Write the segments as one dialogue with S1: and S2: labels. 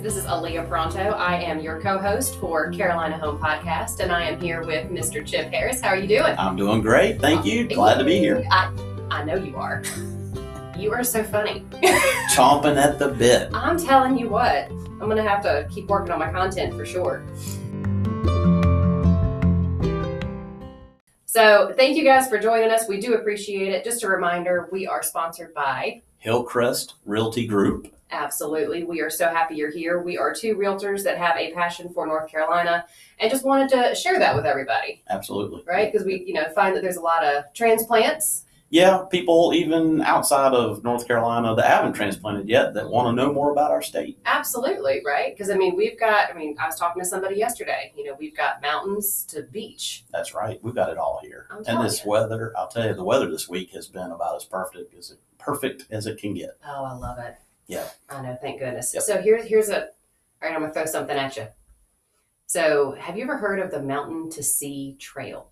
S1: This is Aaliyah Pronto. I am your co-host for Carolina Home Podcast, and I am here with Mr. Chip Harris. How are you doing?
S2: I'm doing great. Thank you. Glad to be here.
S1: I, I know you are. You are so funny.
S2: Chomping at the bit.
S1: I'm telling you what, I'm gonna have to keep working on my content for sure. So, thank you guys for joining us. We do appreciate it. Just a reminder, we are sponsored by
S2: Hillcrest Realty Group.
S1: Absolutely. We are so happy you're here. We are two realtors that have a passion for North Carolina and just wanted to share that with everybody,
S2: Absolutely.
S1: right? Because we, you know, find that there's a lot of transplants.
S2: Yeah, people even outside of North Carolina that haven't transplanted yet that want to know more about our state.
S1: Absolutely, right? Because I mean, we've got, I mean, I was talking to somebody yesterday, you know, we've got mountains to beach.
S2: That's right. We've got it all here.
S1: I'm
S2: And
S1: telling
S2: this
S1: you.
S2: weather, I'll tell you, the weather this week has been about as perfect as it perfect as it can get.
S1: Oh, I love it.
S2: Yeah.
S1: I know, thank goodness.
S2: Yep.
S1: So here's here's a all right, I'm gonna throw something at you. So have you ever heard of the mountain to sea trail?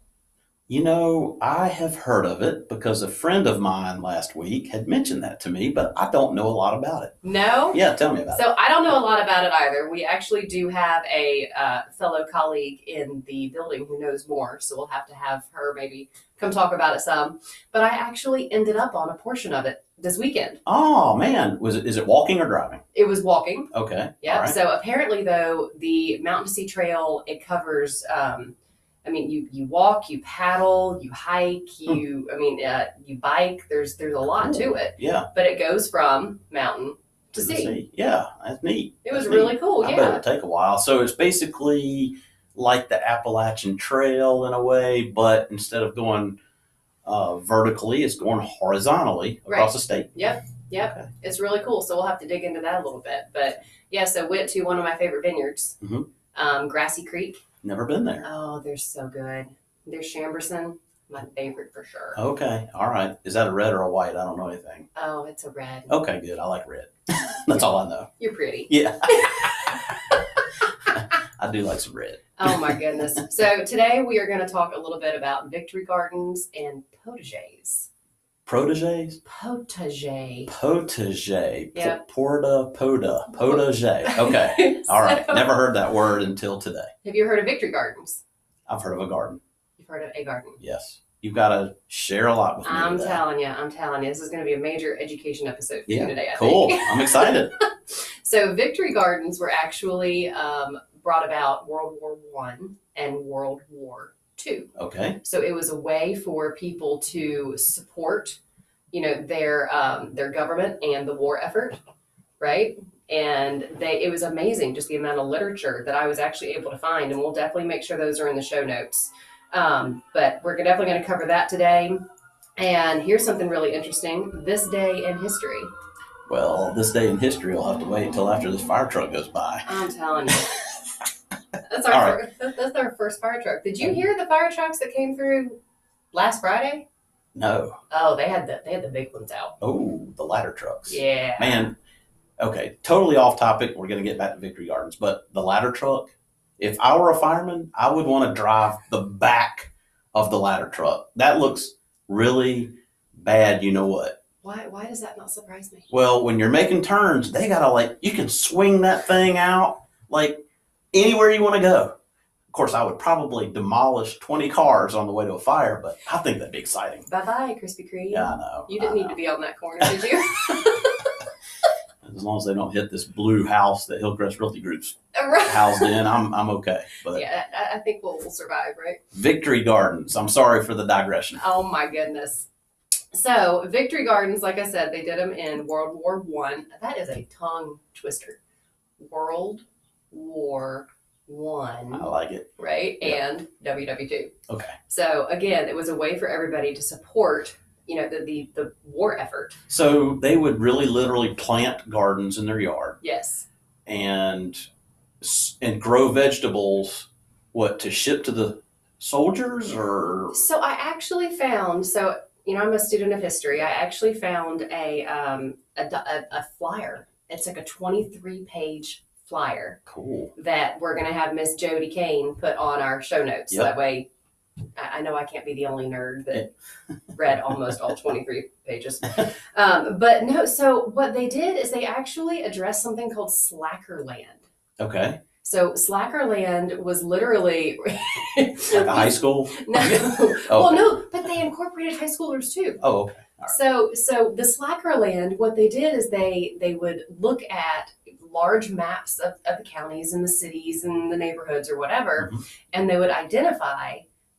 S2: You know, I have heard of it because a friend of mine last week had mentioned that to me, but I don't know a lot about it.
S1: No?
S2: Yeah, tell me about it.
S1: So I don't know a lot about it either. We actually do have a uh, fellow colleague in the building who knows more, so we'll have to have her maybe come talk about it some. But I actually ended up on a portion of it this weekend.
S2: Oh man, was it is it walking or driving?
S1: It was walking.
S2: Okay.
S1: Yeah.
S2: All right.
S1: So apparently, though, the Mountain to Sea Trail it covers. Um, I mean, you you walk, you paddle, you hike,
S2: Hmm.
S1: you. I mean, uh, you bike. There's there's a lot to it,
S2: Yeah.
S1: but it goes from mountain to
S2: to the
S1: sea.
S2: sea. Yeah, that's neat.
S1: It was
S2: That's neat.
S1: really cool.
S2: I bet
S1: Yeah.
S2: it'll take a while. So it's basically like the Appalachian Trail in a way, but instead of going uh, vertically, it's going horizontally across
S1: Right.
S2: the state.
S1: Yep.
S2: Okay.
S1: It's really cool. So we'll have to dig into that a little bit. But yeah, so went to one of my favorite vineyards,
S2: Mhm.
S1: um, Grassy Creek.
S2: Never been there.
S1: Oh, they're so good. There's Chamberson, my favorite for sure. Oh,
S2: Okay. All right. Is that a red or a white? I don't know anything.
S1: it's a red.
S2: Okay, good. I like red. that's all I know.
S1: You're pretty.
S2: Yeah. I do like some red.
S1: Oh my goodness. so today we are going to talk a little bit about Victory Gardens and potages.
S2: Proteges?
S1: Potager.
S2: Potage.
S1: Yeah.
S2: Porta, poda. Potage. Okay. All right.
S1: So,
S2: Never heard that word until today.
S1: Have you heard of Victory Gardens?
S2: I've heard of a garden.
S1: You've heard of a garden.
S2: Yes. You've got to share a lot with me.
S1: I'm
S2: today.
S1: telling you, I'm telling you, this is going to be a major education episode for
S2: Yeah,
S1: you today. I
S2: Cool.
S1: Think.
S2: I'm excited.
S1: So Victory Gardens were actually um, brought about World War One and World War Two.
S2: Okay.
S1: So it was a way for people to support, you know, their um, their government and the war effort, right? And they it was amazing just the amount of literature that I was actually able to find, and we'll definitely make sure those are in the show notes. Um, but we're definitely going to cover that today. And here's something really interesting: this day in history.
S2: Well, this day in history will have to wait until after this fire truck goes by.
S1: I'm telling you. That's our
S2: All
S1: fir- that's our first fire truck. Did you hear the fire trucks that came through last Friday?
S2: No.
S1: Oh, they had the they had the big ones out.
S2: Oh, the ladder trucks.
S1: Yeah.
S2: Man. Okay. Totally off topic. We're going to get back to Victory Gardens, but the ladder truck. If I were a fireman, I would want to drive the back of the ladder truck. That looks really bad. You know what?
S1: Why why does that not surprise me?
S2: Well, when you're making turns, they gotta like you can swing that thing out like anywhere you want to go. Of course, I would probably demolish 20 cars on the way to a fire, but I think that'd be exciting.
S1: Bye bye, Krispy Kreme.
S2: Yeah, I know.
S1: You
S2: I
S1: didn't need
S2: know.
S1: to be on that corner, did you?
S2: As long as they don't hit this blue house that Hillcrest Realty Group's
S1: right.
S2: housed in, I'm I'm okay. But
S1: Yeah, I, I think we'll, we'll survive, right?
S2: Victory Gardens. I'm sorry for the digression.
S1: Oh my goodness. So Victory Gardens, like I said, they did them in World War One. That is a tongue twister. World War One.
S2: I like it.
S1: right?
S2: Yeah.
S1: And WW2.
S2: Okay.
S1: So again, it was a way for everybody to support, you know, the the, the war effort.
S2: So they would really literally plant gardens in their yard.
S1: Yes.
S2: and s- and grow vegetables what to ship to the soldiers or
S1: So I actually found so you know I'm a student of history. I actually found a um a, do- a, a flyer. It's like a 23 page flyer
S2: cool
S1: that we're gonna have Miss Jody Kane put on our show notes.
S2: Yep.
S1: That way, I, I know I can't be the only nerd that read almost all 23 pages. Um, but no, so what they did is they actually addressed something called slacker land.
S2: Okay.
S1: So Slackerland was literally
S2: Like a high school.
S1: no,
S2: Oh.
S1: well, no, but they incorporated high schoolers too.
S2: Oh, okay.
S1: So, so the Slackerland, what they did is they they would look at large maps of, of the counties and the cities and the neighborhoods or whatever, and they would identify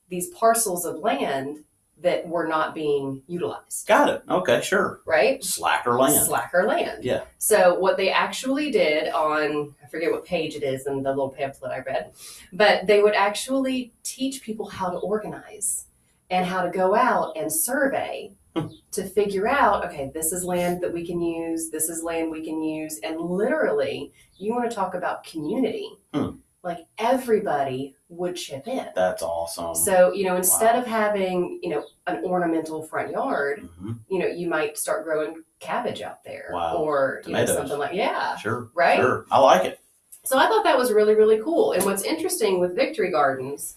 S1: these parcels of land that were not being utilized.
S2: Got it. Okay, sure.
S1: Right?
S2: Slacker land.
S1: Slacker land.
S2: Yeah.
S1: So what they actually did on I forget what page it is in the little pamphlet I read, but they would actually teach people how to organize and how to go out and survey
S2: Hmm.
S1: to figure out okay this is land that we can use this is land we can use and literally you want to talk about community
S2: Hmm.
S1: like everybody would chip in
S2: That's awesome.
S1: so you know instead
S2: wow.
S1: of having you know an ornamental front yard
S2: Mhm.
S1: you know, you might start growing cabbage out there
S2: Wow.
S1: or you know,
S2: Tomatoes.
S1: something like yeah,
S2: Sure.
S1: right?
S2: Sure. I like it.
S1: So I thought that was really really cool. And what's interesting with Victory Gardens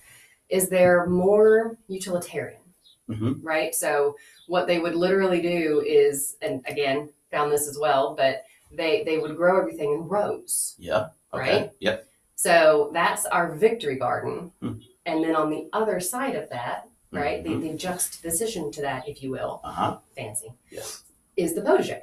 S1: is they're more utilitarian,
S2: Mhm.
S1: right? So what they would literally do is, and again, found this as well, but they they would grow everything in rows.
S2: Yeah. Okay.
S1: Right?
S2: Yep.
S1: So that's our Victory Garden,
S2: Hmm.
S1: and then on the other side of that, right,
S2: Mhm.
S1: the, the juxtaposition to that, if you will,
S2: Uh-huh.
S1: fancy,
S2: Yes.
S1: is the Potager.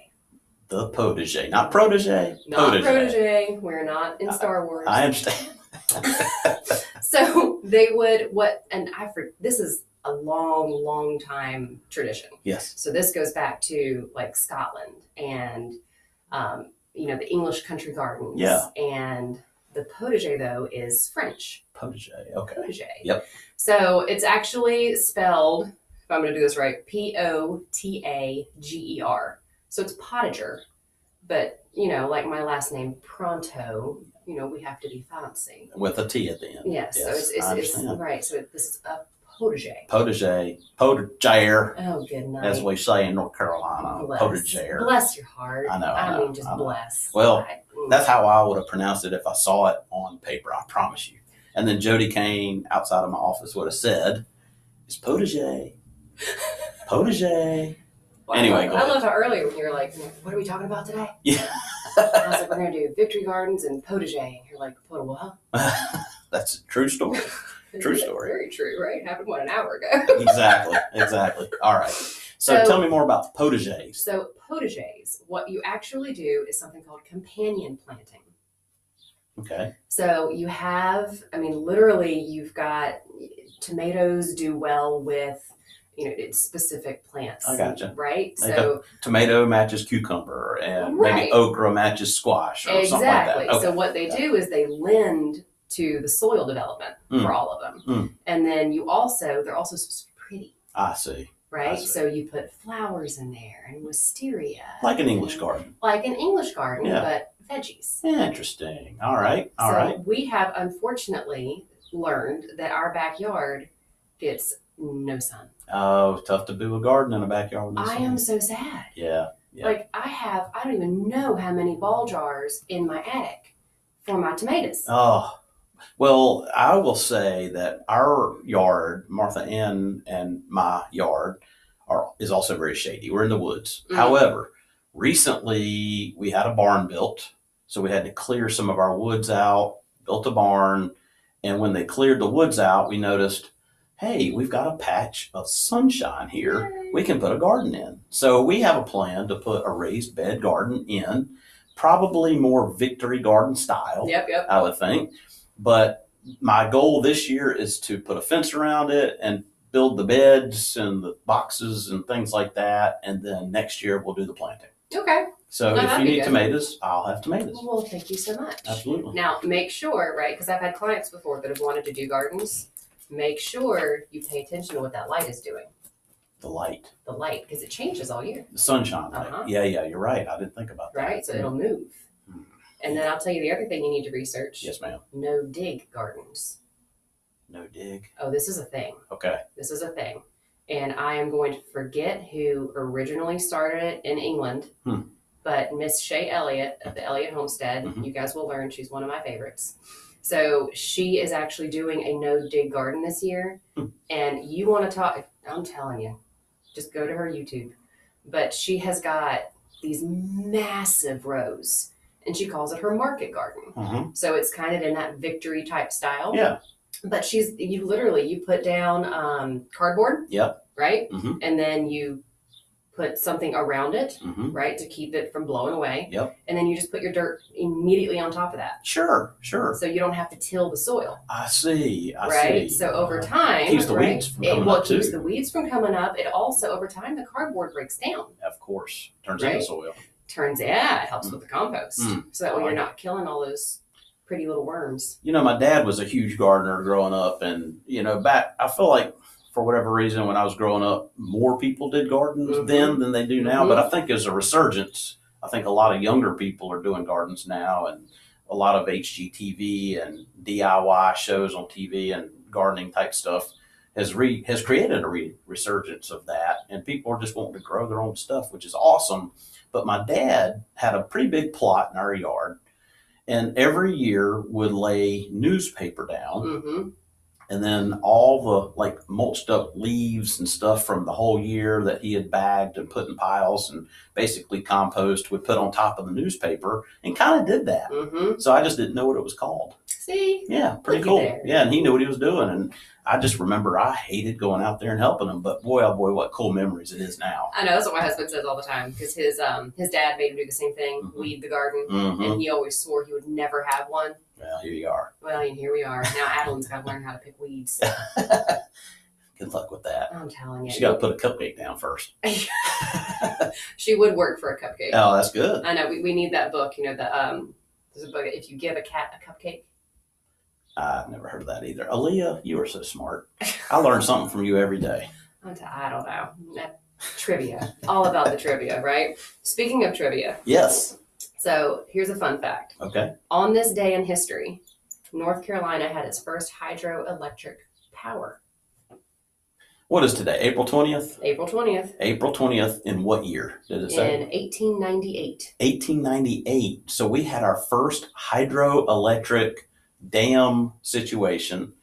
S2: The protege. Not protege.
S1: Not protege. We're not in
S2: I-
S1: Star Wars.
S2: I understand.
S1: so they would what and I for this is a long, long time tradition.
S2: Yes.
S1: So this goes back to like Scotland and um, you know the English country gardens.
S2: Yeah.
S1: And the potager though is French
S2: Protege. Okay.
S1: potager.
S2: Yep.
S1: So it's actually spelled if I'm going to do this right P O T A G E R. So it's potager, but you know like my last name Pronto. You know we have to be fancy.
S2: With a T at the end.
S1: Yeah, so it's,
S2: I
S1: it's, it's
S2: understand.
S1: right. So it, this is a potager.
S2: Potager. Potager,
S1: Oh, good night.
S2: as we say in North Carolina.
S1: bless.
S2: Potager.
S1: Bless your heart.
S2: I know, I know,
S1: mean, just
S2: I know.
S1: bless.
S2: Well,
S1: I- mm.
S2: That's how I would have pronounced it if I saw it on paper, I promise you. And then Jody Kane outside of my office would have said, It's Potager. Potager.
S1: Well,
S2: anyway,
S1: I loved,
S2: go
S1: I
S2: ahead.
S1: loved how earlier when you were like, "What are we talking about today?"
S2: Yeah.
S1: I was like, "We're gonna do Victory Gardens and potager." And you're like, "What? What?"
S2: That's a true story. True story.
S1: Very true, right? Happened what an hour ago.
S2: exactly. Exactly. All right. So,
S1: So-
S2: tell me more about potages.
S1: So potages, what you actually do is something called companion planting.
S2: Okay.
S1: So you have, I mean, literally, you've got tomatoes do well with, you know, it's specific plants.
S2: I gotcha.
S1: Right?
S2: They
S1: so
S2: Tomato matches cucumber, and
S1: Right.
S2: maybe okra matches squash, or something like that.
S1: exactly.
S2: Okay.
S1: So what they do is they lend to the soil development for
S2: Mm.
S1: all of them,
S2: Mm.
S1: and then you also they're also supposed to be pretty,
S2: I see.
S1: right?
S2: see.
S1: So you put flowers in there and wisteria,
S2: Like an English garden.
S1: like an English garden,
S2: Yeah.
S1: but veggies.
S2: Interesting. All right. All
S1: so
S2: right.
S1: we have unfortunately learned that our backyard gets no sun.
S2: Oh, tough to do a garden in a backyard. with no
S1: I
S2: sun.
S1: am so sad.
S2: Yeah. Yeah.
S1: Like I have, I don't even know how many ball jars in my attic for my tomatoes.
S2: Oh, well, I will say that our yard, Martha Ann and my yard, are is also very shady. We're in the woods.
S1: Mhm.
S2: However, recently we had a barn built, so we had to clear some of our woods out. Built a barn, and when they cleared the woods out, we noticed, hey, we've got a patch of sunshine here we can put a garden in. So we have a plan to put a raised bed garden in, probably more victory garden style,
S1: Yep, yep.
S2: I would think. But my goal this year is to put a fence around it and build the beds and the boxes and things like that. And then next year we'll do the planting.
S1: Okay.
S2: So
S1: No,
S2: if
S1: that'd
S2: you
S1: be
S2: need
S1: good.
S2: tomatoes, I'll have tomatoes.
S1: Well, thank you so much.
S2: Absolutely.
S1: Now, make sure, right? Because I've had clients before that have wanted to do gardens. Make sure you pay attention to what that light is doing.
S2: The light,
S1: The light, because it changes all year,
S2: the sunshine light.
S1: Uh-huh.
S2: Yeah, yeah, you're right. I didn't think about that.
S1: right? So it'll move.
S2: Hmm.
S1: And then I'll tell you the other thing you need to research:
S2: Yes, ma'am.
S1: no dig gardens.
S2: No dig.
S1: Oh, this is a thing.
S2: Okay.
S1: This is a thing. And I am going to forget who originally started it in England,
S2: Hmm.
S1: but Miss Shay Elliott of the Elliott Homestead,
S2: Mhm.
S1: you guys will learn she's one of my favorites. So she is actually doing a no dig garden this year.
S2: Hmm.
S1: And you want to talk, I'm telling you, just go to her YouTube. But she has got these massive rows and she calls it her market garden.
S2: Mhm.
S1: So it's kind of in that victory type style.
S2: Yeah.
S1: But she's you literally you put down um, cardboard.
S2: Yep.
S1: Right.
S2: Mhm.
S1: And then you put something around it,
S2: Mhm.
S1: right, to keep it from blowing away.
S2: Yep.
S1: And then you just put your dirt immediately on top of that,
S2: Sure, sure.
S1: so you don't have to till the soil.
S2: I see. I
S1: right.
S2: see.
S1: So over time,
S2: keeps the
S1: right,
S2: weeds from
S1: it
S2: coming
S1: well
S2: up
S1: keeps
S2: too.
S1: the weeds from coming up. It also over time the cardboard breaks down.
S2: Of course, turns
S1: Right.
S2: into soil.
S1: Turns yeah, it helps with the compost.
S2: Mm.
S1: So that way
S2: I
S1: you're
S2: like
S1: not killing all those pretty little worms.
S2: you know, my dad was a huge gardener growing up, and you know, back I feel like for whatever reason when I was growing up, more people did gardens
S1: Mhm.
S2: then than they do now. But I think there's a resurgence. I think a lot of younger people are doing gardens now, and a lot of HGTV and DIY shows on TV and gardening type stuff has re has created a re- resurgence of that, and people are just wanting to grow their own stuff, which is awesome. But my dad had a pretty big plot in our yard, and every year would lay newspaper down,
S1: Mm-hmm.
S2: and then all the like mulched up leaves and stuff from the whole year that he had bagged and put in piles and basically compost would put on top of the newspaper, and kind of did that.
S1: Mm-hmm.
S2: So I just didn't know what it was called.
S1: See.
S2: Yeah, pretty
S1: Looky
S2: cool.
S1: there.
S2: Yeah, and he knew what he was doing, and I just remember I hated going out there and helping him. But boy, oh boy, what cool memories it is now.
S1: I know that's what my husband says all the time because his um his dad made him do the same thing,
S2: Mhm.
S1: weed the garden,
S2: Mm-hmm.
S1: and he always swore he would never have one.
S2: Well, here you are.
S1: Well, and here we are now. Adeline's got to learn how to pick weeds.
S2: Good luck with that.
S1: I'm telling you,
S2: She's got to put a cupcake down first.
S1: she would work for a cupcake.
S2: Oh, that's good.
S1: I know we, we need that book. You know the um there's a book if you give a cat a cupcake.
S2: I've never heard of that either. Aaliyah, you are so smart. I learn something from you every day.
S1: I'm t- I don't know That- trivia, all about the trivia, right? Speaking of trivia,
S2: Yes.
S1: so here's a fun fact.
S2: Okay.
S1: On this day in history, North Carolina had its first hydroelectric power.
S2: What is today? April twentieth.
S1: April twentieth.
S2: April twentieth. In what year did it say?
S1: in 1898.
S2: 1898. So we had our first hydroelectric dam situation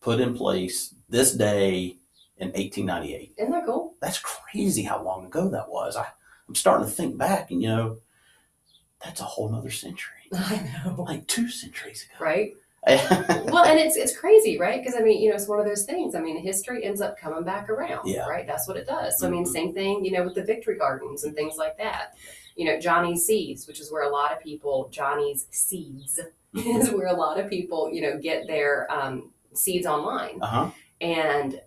S2: put in place this day in 1898.
S1: Isn't that cool?
S2: That's crazy how long ago that was. I, I'm starting to think back, and you know, that's a whole nother century,
S1: I know.
S2: like two centuries ago.
S1: Right?
S2: Right.
S1: Well, and it's it's crazy, right? Because I mean, you know, it's one of those things. I mean, history ends up coming back around,
S2: Yeah.
S1: right? That's what it does. So I mean,
S2: Mhm.
S1: same thing, you know, with the victory gardens and things like that. You know, Johnny's seeds, which is where a lot of people Johnny's seeds is where a lot of people, you know, get their um, seeds online.
S2: uh huh.
S1: And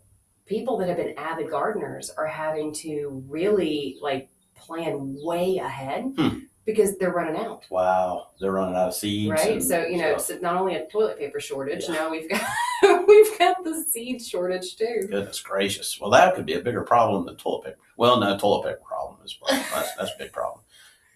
S1: people that have been avid gardeners are having to really like plan way ahead
S2: Hmm.
S1: because they're running out.
S2: Wow. They're running out of seeds.
S1: right
S2: and
S1: so you know
S2: stuff.
S1: it's not only a toilet paper shortage
S2: Yeah.
S1: now we've got we've got the seed shortage too
S2: Goodness gracious. Well, that could be a bigger problem than toilet paper. Well, no, toilet paper problem is that's, that's a big problem.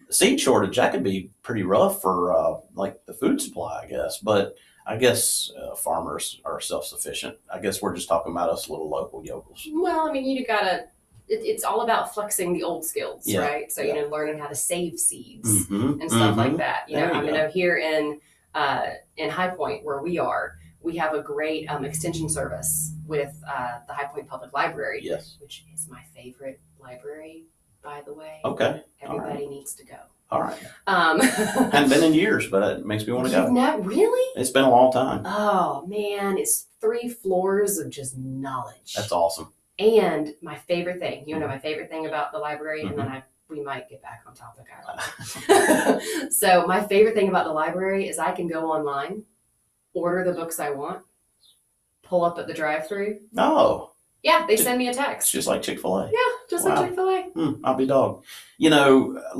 S2: Seed shortage that could be pretty rough for uh, like the food supply, I guess. But I guess uh, farmers are self sufficient. I guess we're just talking about us little local yokels.
S1: well i mean you gotta it, it's all about flexing the old skills
S2: Yeah.
S1: right so
S2: Yeah.
S1: you know learning how to save seeds
S2: Mm-hmm.
S1: and stuff like that Mm. you know
S2: There you
S1: i mean know here in uh, in high point where we are we have a great um, extension service with uh, the high point public library
S2: Yes.
S1: which is my favorite library by the way
S2: Okay. all right.
S1: everybody needs to go
S2: All right.
S1: um
S2: Hadn't been in years, but it makes me want to
S1: you've
S2: go.
S1: not really
S2: It's been a long time.
S1: Oh man, it's three floors of just knowledge.
S2: That's Mm-hmm. awesome.
S1: And my favorite thing, you know, my favorite thing about the library, and
S2: Mm-hmm.
S1: then I we might get back on topic. I don't know. so my favorite thing about the library is I can go online, order the books I want, pull up at the drive-through.
S2: No,
S1: Yeah, they
S2: Ju-
S1: send me a
S2: it's
S1: text.
S2: just like Chick fil A.
S1: Yeah, just
S2: Wow.
S1: like Chick Fil A.
S2: Hmm, I'll be dog. You know,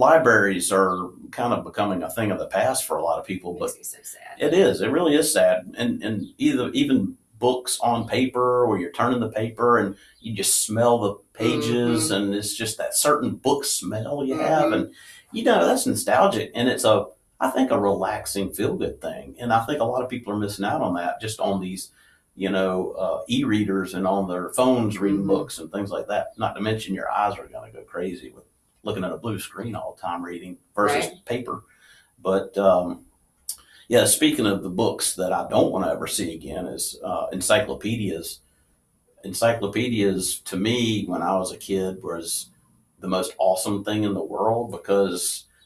S2: libraries are kind of becoming a thing of the past for a lot of people, but
S1: Makes me so sad.
S2: it is. It really is sad. And and either even books on paper or you're turning the paper and you just smell the pages and it's just that certain book smell you have and you know, that's nostalgic and it's a I think a relaxing feel good thing. And I think a lot of people are missing out on that just on these you know, uh, e-readers and on their phones reading
S1: Mhm.
S2: books and things like that. Not to mention your eyes are going to go crazy with looking at a blue screen all the time reading versus paper. But um, yeah, speaking of the books that I don't want to ever see again is uh, encyclopedias. Encyclopedias to me when I was a kid was the most awesome thing in the world because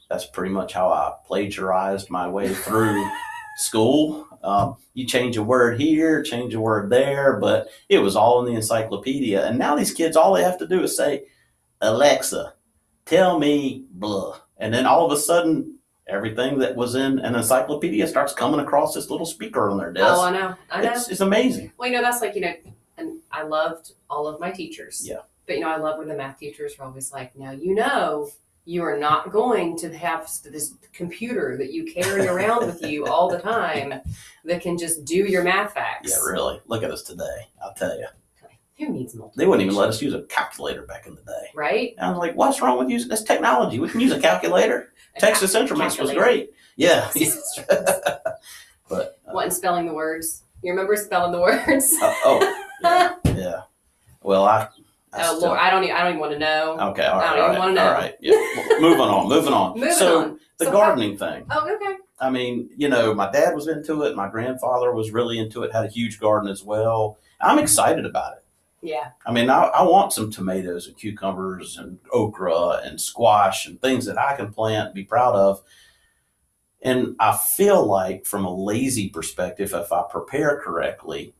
S2: That's pretty much how I plagiarized my way through school. Um, you change a word here, change a word there, but it was all in the encyclopedia. And now these kids, all they have to do is say, Alexa, tell me blah. And then all of a sudden, everything that was in an encyclopedia starts coming across this little speaker on their desk.
S1: Oh, I know. I know.
S2: It's, it's amazing.
S1: Well, you know, that's like, you know, and I loved all of my teachers.
S2: Yeah.
S1: But, you know, I love when the math teachers are always like, now, you know, you are not going to have this computer that you carry around with you all the time that can just do your math facts.
S2: Yeah, really. Look at us today. I'll tell you.
S1: Who needs multiple?
S2: They wouldn't even let us use a calculator back in the day.
S1: Right?
S2: And I was like, what's wrong with using this technology? We can use a calculator. Texas Instruments was great. Yeah. but, uh,
S1: What, and spelling the words? You remember spelling the words?
S2: oh, oh, yeah, yeah. Well, I. I
S1: Oh,
S2: still-
S1: Lord, I don't, e- I don't even want to know.
S2: Okay, all
S1: I
S2: right.
S1: don't even
S2: All right,
S1: wanna know.
S2: all right. Yeah. Well, moving on, moving on.
S1: Moving
S2: so,
S1: on.
S2: the
S1: So how-
S2: gardening thing.
S1: Oh, okay.
S2: I mean, you know, my dad was into it. My grandfather was really into it, had a huge garden as well. I'm excited about it.
S1: Yeah.
S2: I mean, I, I want some tomatoes and cucumbers and okra and squash and things that I can plant, be proud of. And I feel like, from a lazy perspective, if I prepare correctly,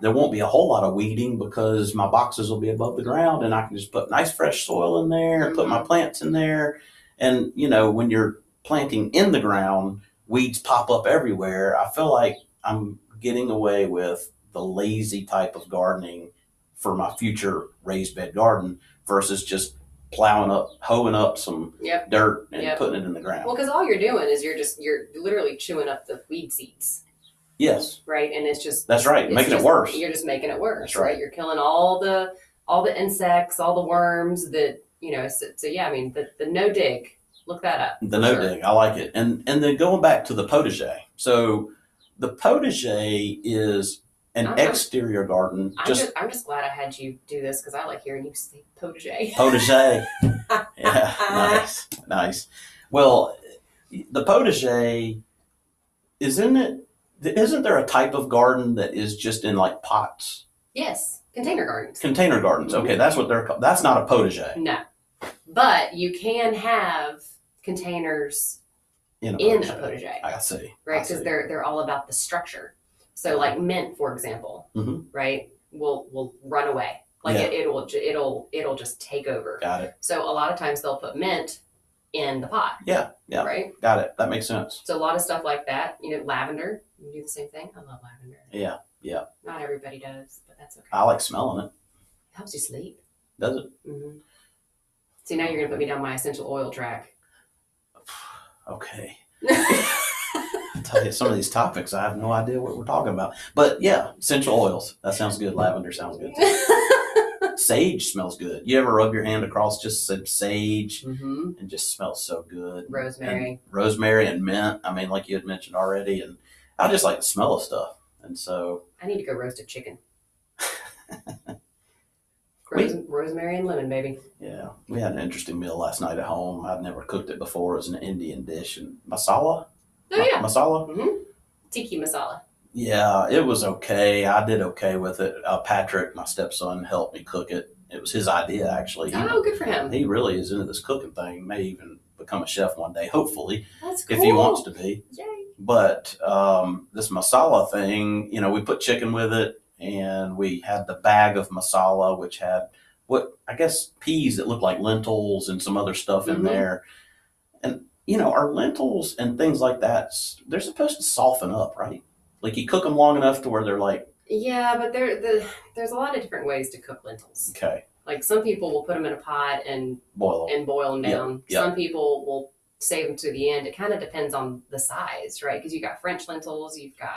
S2: there won't be a whole lot of weeding because my boxes will be above the ground and I can just put nice fresh soil in there and put my plants in there. And, you know, when you're planting in the ground, weeds pop up everywhere. I feel like I'm getting away with the lazy type of gardening for my future raised bed garden versus just plowing up, hoeing up some
S1: Yep.
S2: dirt and
S1: Yep.
S2: putting it in the ground.
S1: Well, because all you're doing is you're just, you're literally chewing up the weed seeds,
S2: yes,
S1: right? And it's just,
S2: that's right.
S1: It's
S2: Making
S1: just-
S2: it worse.
S1: You're just making it worse,
S2: That's
S1: right.
S2: right.
S1: You're killing all the all the insects, all the worms that you know. So, so yeah, I mean the, the no dig. Look that up.
S2: The
S1: for
S2: no
S1: sure.
S2: dig, I like it. And and then going back to the potager. So the potager is an
S1: I'm- I'm-
S2: exterior garden,
S1: I'm just,
S2: just
S1: I'm just glad Uh-huh. I had you do this because I like hearing you say potager.
S2: potager. yeah, nice, nice. Well, the potager, isn't it? Isn't there a type of garden that is just in like pots?
S1: Yes, container gardens.
S2: Container gardens. Okay, that's what they're called. That's not a potager.
S1: No, but you can have containers
S2: In a
S1: in a
S2: potager.
S1: potager.
S2: I see.
S1: right?
S2: I see.
S1: Because they're they're all about the structure. So like mint, for example,
S2: Mhm.
S1: right? Will will run away. Like it, it'll ju- it'll it'll just take over.
S2: Got it.
S1: So a lot of times they'll put mint in the pot.
S2: Yeah, yeah.
S1: Right.
S2: Got it. That makes sense.
S1: So a lot of stuff like that. You know, lavender. You do the same thing. I love lavender.
S2: Yeah, yeah.
S1: Not everybody does, but that's okay.
S2: I like smelling it.
S1: It helps you sleep.
S2: Does it?
S1: hmm See, now you're gonna put me down my essential oil track.
S2: Okay. I tell you, some of these topics, I have no idea what we're talking about. But yeah, essential oils. That sounds good. Lavender sounds good. Sage smells good. You ever rub your hand across just some sage
S1: hmm
S2: and just smells so good.
S1: Rosemary.
S2: And rosemary and mint. I mean, like you had mentioned already. And I just like the smell of stuff. And so
S1: I need to go roasted chicken.
S2: We-
S1: Rose, rosemary and lemon, baby.
S2: Yeah, we had an interesting meal last night at home. I'd never cooked it before. It was an Indian dish and masala.
S1: Oh yeah,
S2: Ma- masala.
S1: tiki masala.
S2: Yeah, it was okay. I did okay with it. Uh, Patrick, my stepson, helped me cook it. It was his idea actually. He,
S1: Oh, good for him.
S2: he really is into this cooking thing. May even become a chef one day, hopefully,
S1: That's cool.
S2: if he wants to be.
S1: Yay.
S2: But um, this masala thing, you know, we put chicken with it, and we had the bag of masala, which had what I guess peas that looked like lentils and some other stuff
S1: Mhm.
S2: in there. And you know, our lentils and things like that, s- they're supposed to soften up, right? Like you cook them long enough to where they're like,
S1: Yeah, but there the, there's a lot of different ways to cook lentils.
S2: okay,
S1: Like some people will put them in a pot and
S2: boil 'em.
S1: and boil them
S2: Yeah,
S1: down.
S2: yeah.
S1: Some people will save them to the end. It kind of depends on the size, right? Because you got French lentils, you've got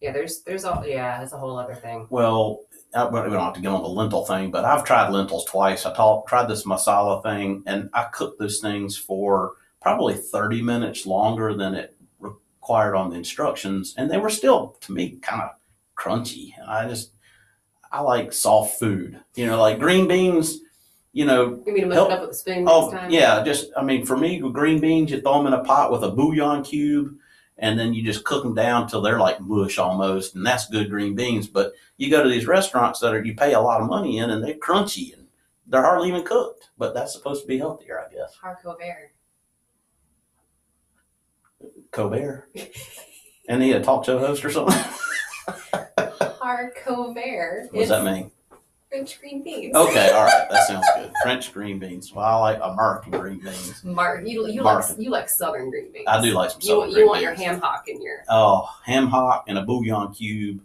S1: yeah. There's there's all yeah. That's a whole other thing.
S2: Well, I, we don't have to get on the lentil thing, but I've tried lentils twice. I taught, tried this masala thing, and I cooked those things for probably 30 minutes longer than it required on the instructions, and they were still, to me, kind of crunchy. And I just, I like soft food, you know, like green beans, you know.
S1: You mean to mix
S2: Help-
S1: it up with a spoon
S2: Oh,
S1: next time?
S2: yeah, just, I mean, for me, green beans, you throw them in a pot with a bouillon cube. And then you just cook them down till they're like mush almost, and that's good green beans. But you go to these restaurants that are you pay a lot of money in and they're crunchy and they're hardly even cooked. But that's supposed to be healthier, I guess.
S1: Harco Bear.
S2: Colbert, and he a talk show host or something.
S1: Har Colbert
S2: What does that mean? Oh.
S1: French green beans.
S2: Okay, all right, that sounds good. French green beans. Well, I like American green beans.
S1: Mark, you, you like
S2: Mark.
S1: you like southern green beans.
S2: I do like some.
S1: You,
S2: southern
S1: you
S2: green
S1: want your
S2: beans.
S1: ham hock in your
S2: Oh, ham hock and a bouillon cube.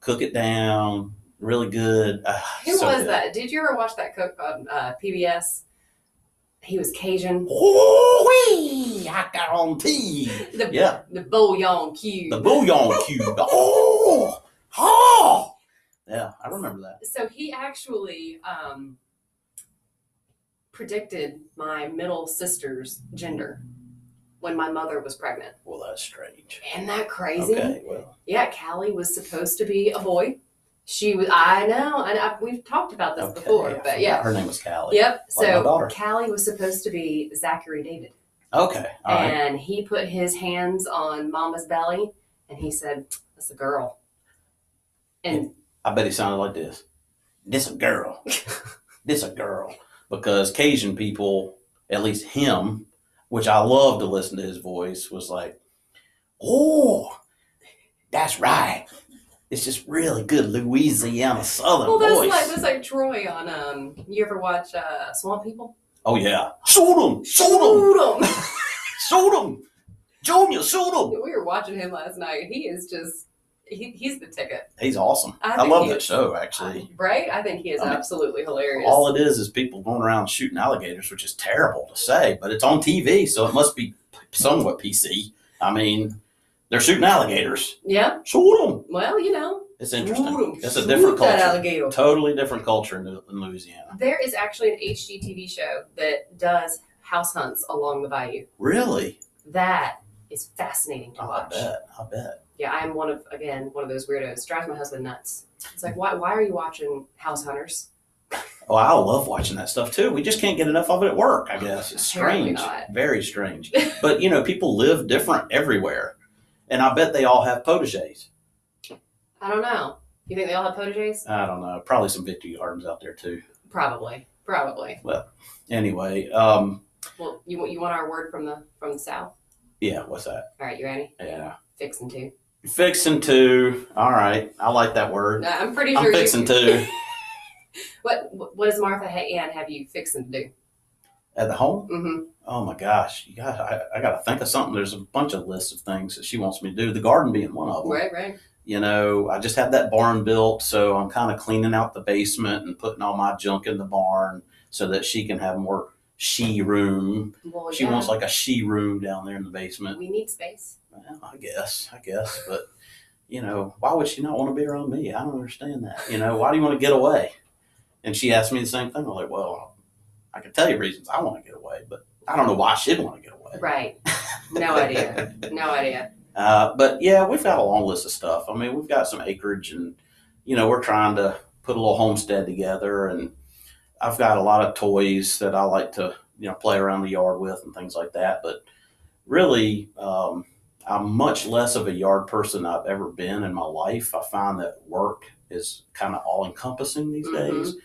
S2: Cook it down, really good. Ah,
S1: Who
S2: so
S1: was
S2: good.
S1: that? Did you ever watch that cook on uh, PBS? He was Cajun.
S2: Ooh-wee, I got on tea.
S1: The
S2: Yeah,
S1: the bouillon cube.
S2: the bouillon cube. Oh, oh. Yeah, I remember that.
S1: so he actually um, predicted my middle sister's gender when my mother was pregnant.
S2: Well, that's strange.
S1: Isn't that crazy?
S2: Okay, well,
S1: Yeah, Callie was supposed to be a boy. She was. I know, and I, we've talked about this
S2: okay, I
S1: before,
S2: forgot.
S1: but yeah.
S2: her name was Callie.
S1: Yep.
S2: Like my
S1: So
S2: daughter.
S1: Callie was supposed to be Zachary David.
S2: Okay, all right.
S1: and he put his hands on mama's belly and he said that's a girl and
S2: I bet he sounded like this. This a girl. this a girl. Because Cajun people, at least him, which I love to listen to his voice, was like, Oh, that's right. It's just really good Louisiana Southern
S1: well that's
S2: voice.
S1: like that's like troy on um you ever watch uh swamp people
S2: oh yeah. Shoot him! Shoot
S1: Shoot
S2: him!
S1: 'em!
S2: Shoot him! Junior, shoot him!
S1: we were watching him last night he is just he, he's the ticket
S2: He's awesome.
S1: I
S2: I,
S1: think
S2: love
S1: he
S2: that
S1: is.
S2: show actually.
S1: right i think he is
S2: I mean,
S1: absolutely hilarious
S2: All it is is people going around shooting alligators, which is terrible to say, but it's on TV, so it must be somewhat PC. I mean, they're shooting alligators.
S1: yeah
S2: Shoot them.
S1: well you know
S2: It's interesting.
S1: shoot 'em.
S2: It's a
S1: Shoot
S2: different
S1: that
S2: culture.
S1: alligator.
S2: Totally different culture in, in Louisiana.
S1: there is actually an hgtv show that does house hunts along the bayou
S2: Really?
S1: that is fascinating to
S2: Oh, I
S1: watch
S2: bet. I bet.
S1: yeah, I'm one of again one of those weirdos. Drives my husband nuts. It's like, why, why are you watching House Hunters?
S2: Oh, I love watching that stuff too. We just can't get enough of it at work, I guess. It's
S1: Apparently
S2: strange.
S1: not.
S2: Very strange. but, you know, people live different everywhere. And I bet they all have proteges.
S1: I don't know. You think they all have proteges?
S2: I don't know. Probably some victory gardens out there too.
S1: Probably, probably.
S2: Anyway, um,
S1: Well, you want- you want our word from the from the south?
S2: yeah, what's that?
S1: All right, you ready?
S2: Yeah.
S1: Fix and two.
S2: Fixing to. All right. I like that word.
S1: No, I'm pretty sure.
S2: I'm fixing
S1: you,
S2: to.
S1: What what does Martha Ann have you fixing to do?
S2: At the home?
S1: Mm-hmm.
S2: Oh my gosh. You got, I, I got to think of something. There's a bunch of lists of things that she wants me to do, the garden being one of them.
S1: Right, right.
S2: You know, I just had that barn built, so I'm kind of cleaning out the basement and putting all my junk in the barn so that she can have more she room.
S1: Well,
S2: She
S1: Oh, yeah,
S2: wants like a she room down there in the basement.
S1: we need space.
S2: Well, I guess, I guess, but you know, why would she not want to be around me? I don't understand that. You know, why do you want to get away? And she asked me the same thing. I'm like, well, I can tell you reasons I want to get away, but I don't know why she'd want to get away.
S1: Right. No idea. No idea.
S2: Uh, but yeah, we've got a long list of stuff. I mean, we've got some acreage, and you know, we're trying to put a little homestead together. And I've got a lot of toys that I like to you know play around the yard with and things like that. But really, um, I'm much less of a yard person than I've ever been in my life. I find that work is kind of all encompassing these
S1: Mhm.
S2: days.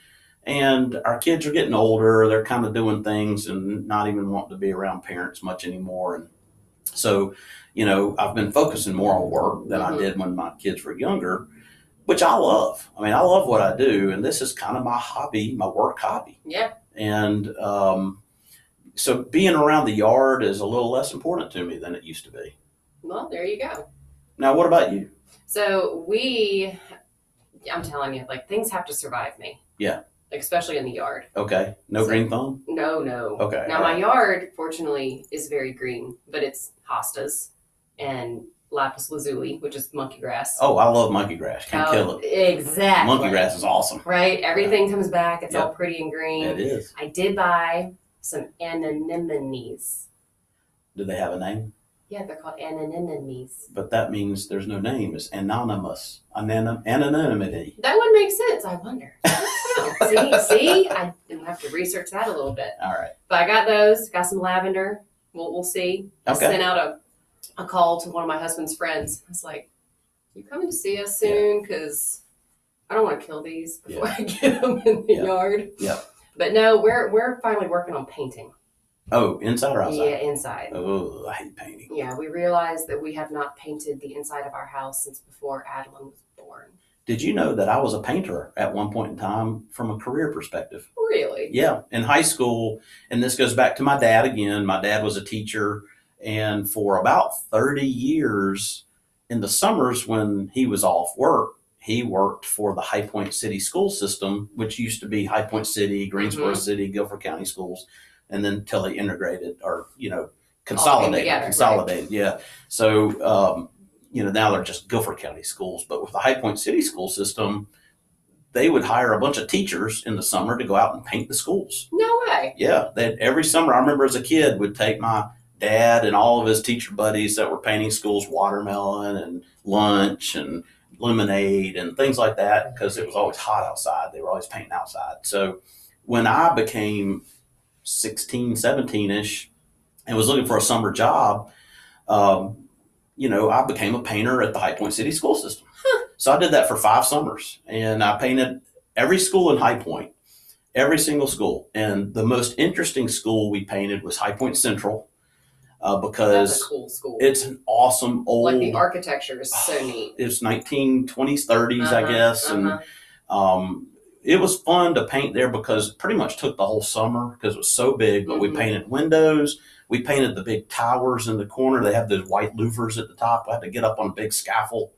S2: And our kids are getting older. They're kind of doing things and not even wanting to be around parents much anymore. And so, you know, I've been focusing more on work than I
S1: Mhm.
S2: did when my kids were younger, which I love. I mean, I love what I do, and this is kind of my hobby, my work hobby.
S1: Yeah.
S2: And um, so being around the yard is a little less important to me than it used to be.
S1: Well, there you go.
S2: Now, what about you?
S1: So we, I'm telling you, like things have to survive me.
S2: Yeah.
S1: Like, especially in the yard.
S2: Okay, no
S1: So-
S2: green thumb?
S1: No, no.
S2: Okay.
S1: Now my yard, fortunately, is very green, but it's hostas and lapis lazuli, which is monkey grass.
S2: Oh, I love monkey grass. Can't
S1: Oh,
S2: kill it.
S1: Exactly.
S2: Monkey grass is awesome.
S1: Right. Everything comes back. It's all pretty and
S2: It
S1: green.
S2: is.
S1: I did buy some anemones.
S2: Do they have a name?
S1: Yeah, they're called anemones.
S2: But that means there's no name. It's anonymous. Anonym, anonymity.
S1: That would make sense. I wonder. I don't know. see, see, I didn't have to research that a little bit.
S2: All right.
S1: But I got those. Got some lavender. We'll, we'll see. I
S2: Okay.
S1: sent out a, a call to one of my husband's friends. I was like, "You coming to see us soon? Because I don't want to kill these before I get them in the
S2: Yeah.
S1: yard."
S2: Yeah.
S1: But no, we're we're finally working on painting.
S2: Oh, inside or outside?
S1: Yeah, inside.
S2: Oh, I hate painting.
S1: Yeah, we realized that we have not painted the inside of our house since before Adeline was born.
S2: Did you know that I was a painter at one point in time from a career perspective?
S1: Really?
S2: Yeah, in high school, and this goes back to my dad again. My dad was a teacher, and for about 30 years in the summers when he was off work, he worked for the High Point City school system, which used to be High Point City, Greensboro
S1: Mhm.
S2: City, Guilford County schools, and then until they integrated or, you know, consolidated.
S1: together, right.
S2: consolidated, yeah. So, um, you know, now they're just Guilford County schools, but with the High Point City school system, they would hire a bunch of teachers in the summer to go out and paint the schools.
S1: No way.
S2: Yeah, that every summer I remember as a kid would take my dad and all of his teacher buddies that were painting schools watermelon and lunch and lemonade and things like that because it was always hot outside. They were always painting outside. So when I became 16, 17 ish and was looking for a summer job, um, you know, I became a painter at the High Point City school system. So I did that for five summers and I painted every school in High Point every single school. And the most interesting school we painted was High Point Central uh,
S1: That's a
S2: because
S1: cool school.
S2: it's an awesome old.
S1: like the architecture is so neat.
S2: It's 1920s, 30s, I
S1: Uh-huh,
S2: guess. And
S1: uh-huh.
S2: um, it was fun to paint there because it pretty much took the whole summer because it was so big. But
S1: Mhm.
S2: we painted windows. We painted the big towers in the corner. They have those white louvers at the top. I had to get up on a big scaffold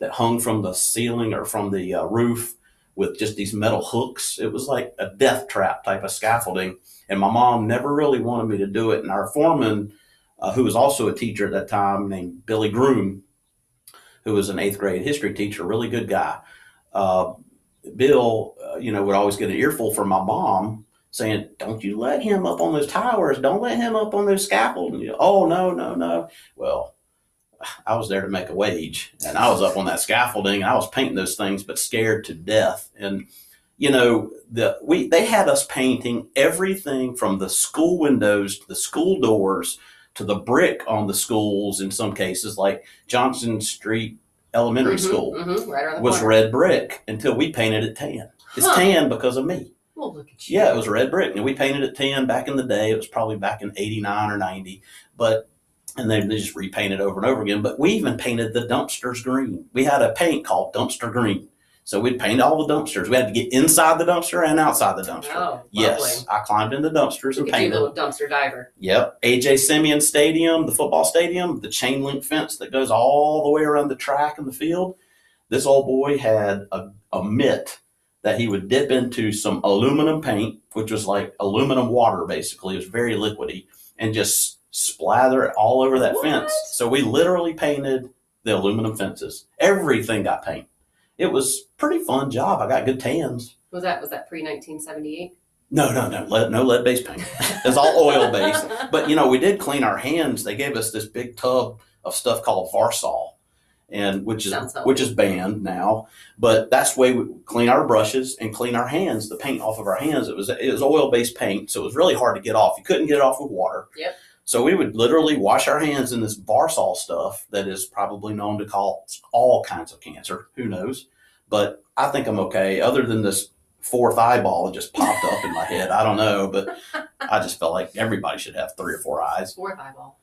S2: that hung from the ceiling or from the uh, roof with just these metal hooks. It was like a death trap type of scaffolding. And my mom never really wanted me to do it. And our foreman, uh, who was also a teacher at that time, named Billy Groom, who was an eighth grade history teacher, really good guy. Uh, Bill, uh, you know, would always get an earful from my mom saying, "Don't you let him up on those towers! Don't let him up on those scaffolding!" You know, oh no, no, no. Well, I was there to make a wage, and I was up on that scaffolding, and I was painting those things, but scared to death. And you know, the we they had us painting everything from the school windows to the school doors to the brick on the schools. In some cases, like Johnson Street Elementary
S1: Mhm,
S2: School
S1: mhm, right around the
S2: was
S1: corner.
S2: red brick until we painted it tan. It's
S1: Huh.
S2: tan because of me.
S1: Well, look at you.
S2: Yeah, it was red brick. And we painted it tan back in the day. It was probably back in 89 or 90. But, and then they just repainted over and over again. But we even painted the dumpsters green. We had a paint called Dumpster Green. So we'd paint all the dumpsters. We had to get inside the dumpster and outside the dumpster.
S1: Oh,
S2: yes, I climbed in the dumpsters
S1: lovely.
S2: and
S1: Look at you,
S2: painted.
S1: little dumpster diver.
S2: Yep. AJ Simeon Stadium, the football stadium, the chain link fence that goes all the way around the track and the field. This old boy had a, a mitt that he would dip into some aluminum paint, which was like aluminum water basically. It was very liquidy and just splather it all over that
S1: What?
S2: fence. So we literally painted the aluminum fences. Everything got paint. It was pretty fun job. I got good tans.
S1: Was that was that pre nineteen seventy eight?
S2: No, no, no, lead, no lead based paint. it's all oil based. But you know, we did clean our hands. They gave us this big tub of stuff called Varsol, and which is
S1: Sounds healthy.
S2: which is banned now. But that's the way we clean our brushes and clean our hands, the paint off of our hands. It was it was oil based paint, so it was really hard to get off. You couldn't get it off with water.
S1: Yep.
S2: So we would literally wash our hands in this Varsol stuff that is probably known to cause all kinds of cancer. Who knows? But I think I'm okay. Other than this fourth eyeball that just popped up in my head, I don't know. But I just felt like everybody should have three or four eyes.
S1: Fourth eyeball.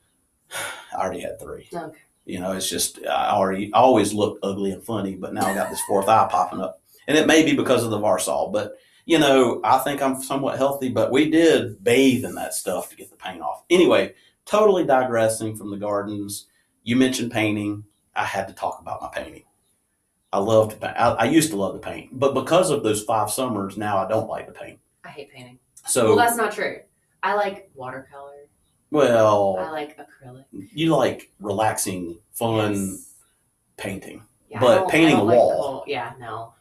S2: I already had three.
S1: Okay.
S2: You know, it's just I already I always looked ugly and funny, but now I got this fourth eye popping up, and it may be because of the Varsol. But you know, I think I'm somewhat healthy. But we did bathe in that stuff to get the paint off. Anyway, totally digressing from the gardens. You mentioned painting. I had to talk about my painting. I love to paint. I, I used to love to paint, but because of those five summers, now I don't like to paint.
S1: I hate painting.
S2: So
S1: Well, that's not true. I like watercolor. I
S2: well,
S1: like acrylic.
S2: you like relaxing, fun
S1: Yes.
S2: painting.
S1: Yeah, I
S2: but
S1: don't- I
S2: painting
S1: don't
S2: a
S1: like the
S2: wall.
S1: whole- yeah, no.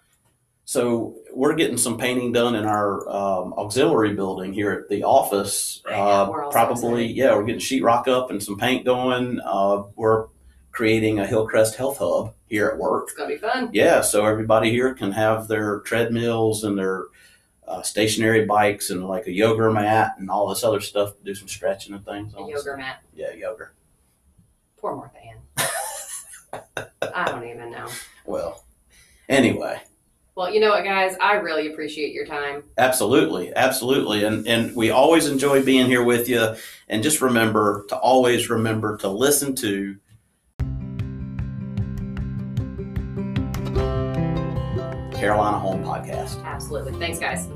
S2: So we're getting some painting done in our um, auxiliary building here at the office.
S1: I know,
S2: Uh,
S1: we're all so
S2: probably,
S1: excited.
S2: yeah, we're getting sheetrock up and some paint going. Uh, we're creating a Hillcrest Health Hub here at work.
S1: It's gonna be fun.
S2: Yeah, so everybody here can have their treadmills and their uh, stationary bikes and like a yoga mat and all this other stuff. Do some stretching and things.
S1: A yoga mat.
S2: Yeah, yoga.
S1: Poor Martha Ann. I don't even know.
S2: Well, anyway,
S1: Well, you know what, guys? I really appreciate your time.
S2: Absolutely, absolutely, and and we always enjoy being here with you. And just remember to always remember to listen to. Carolina Home Podcast.
S1: Absolutely. Thanks, guys.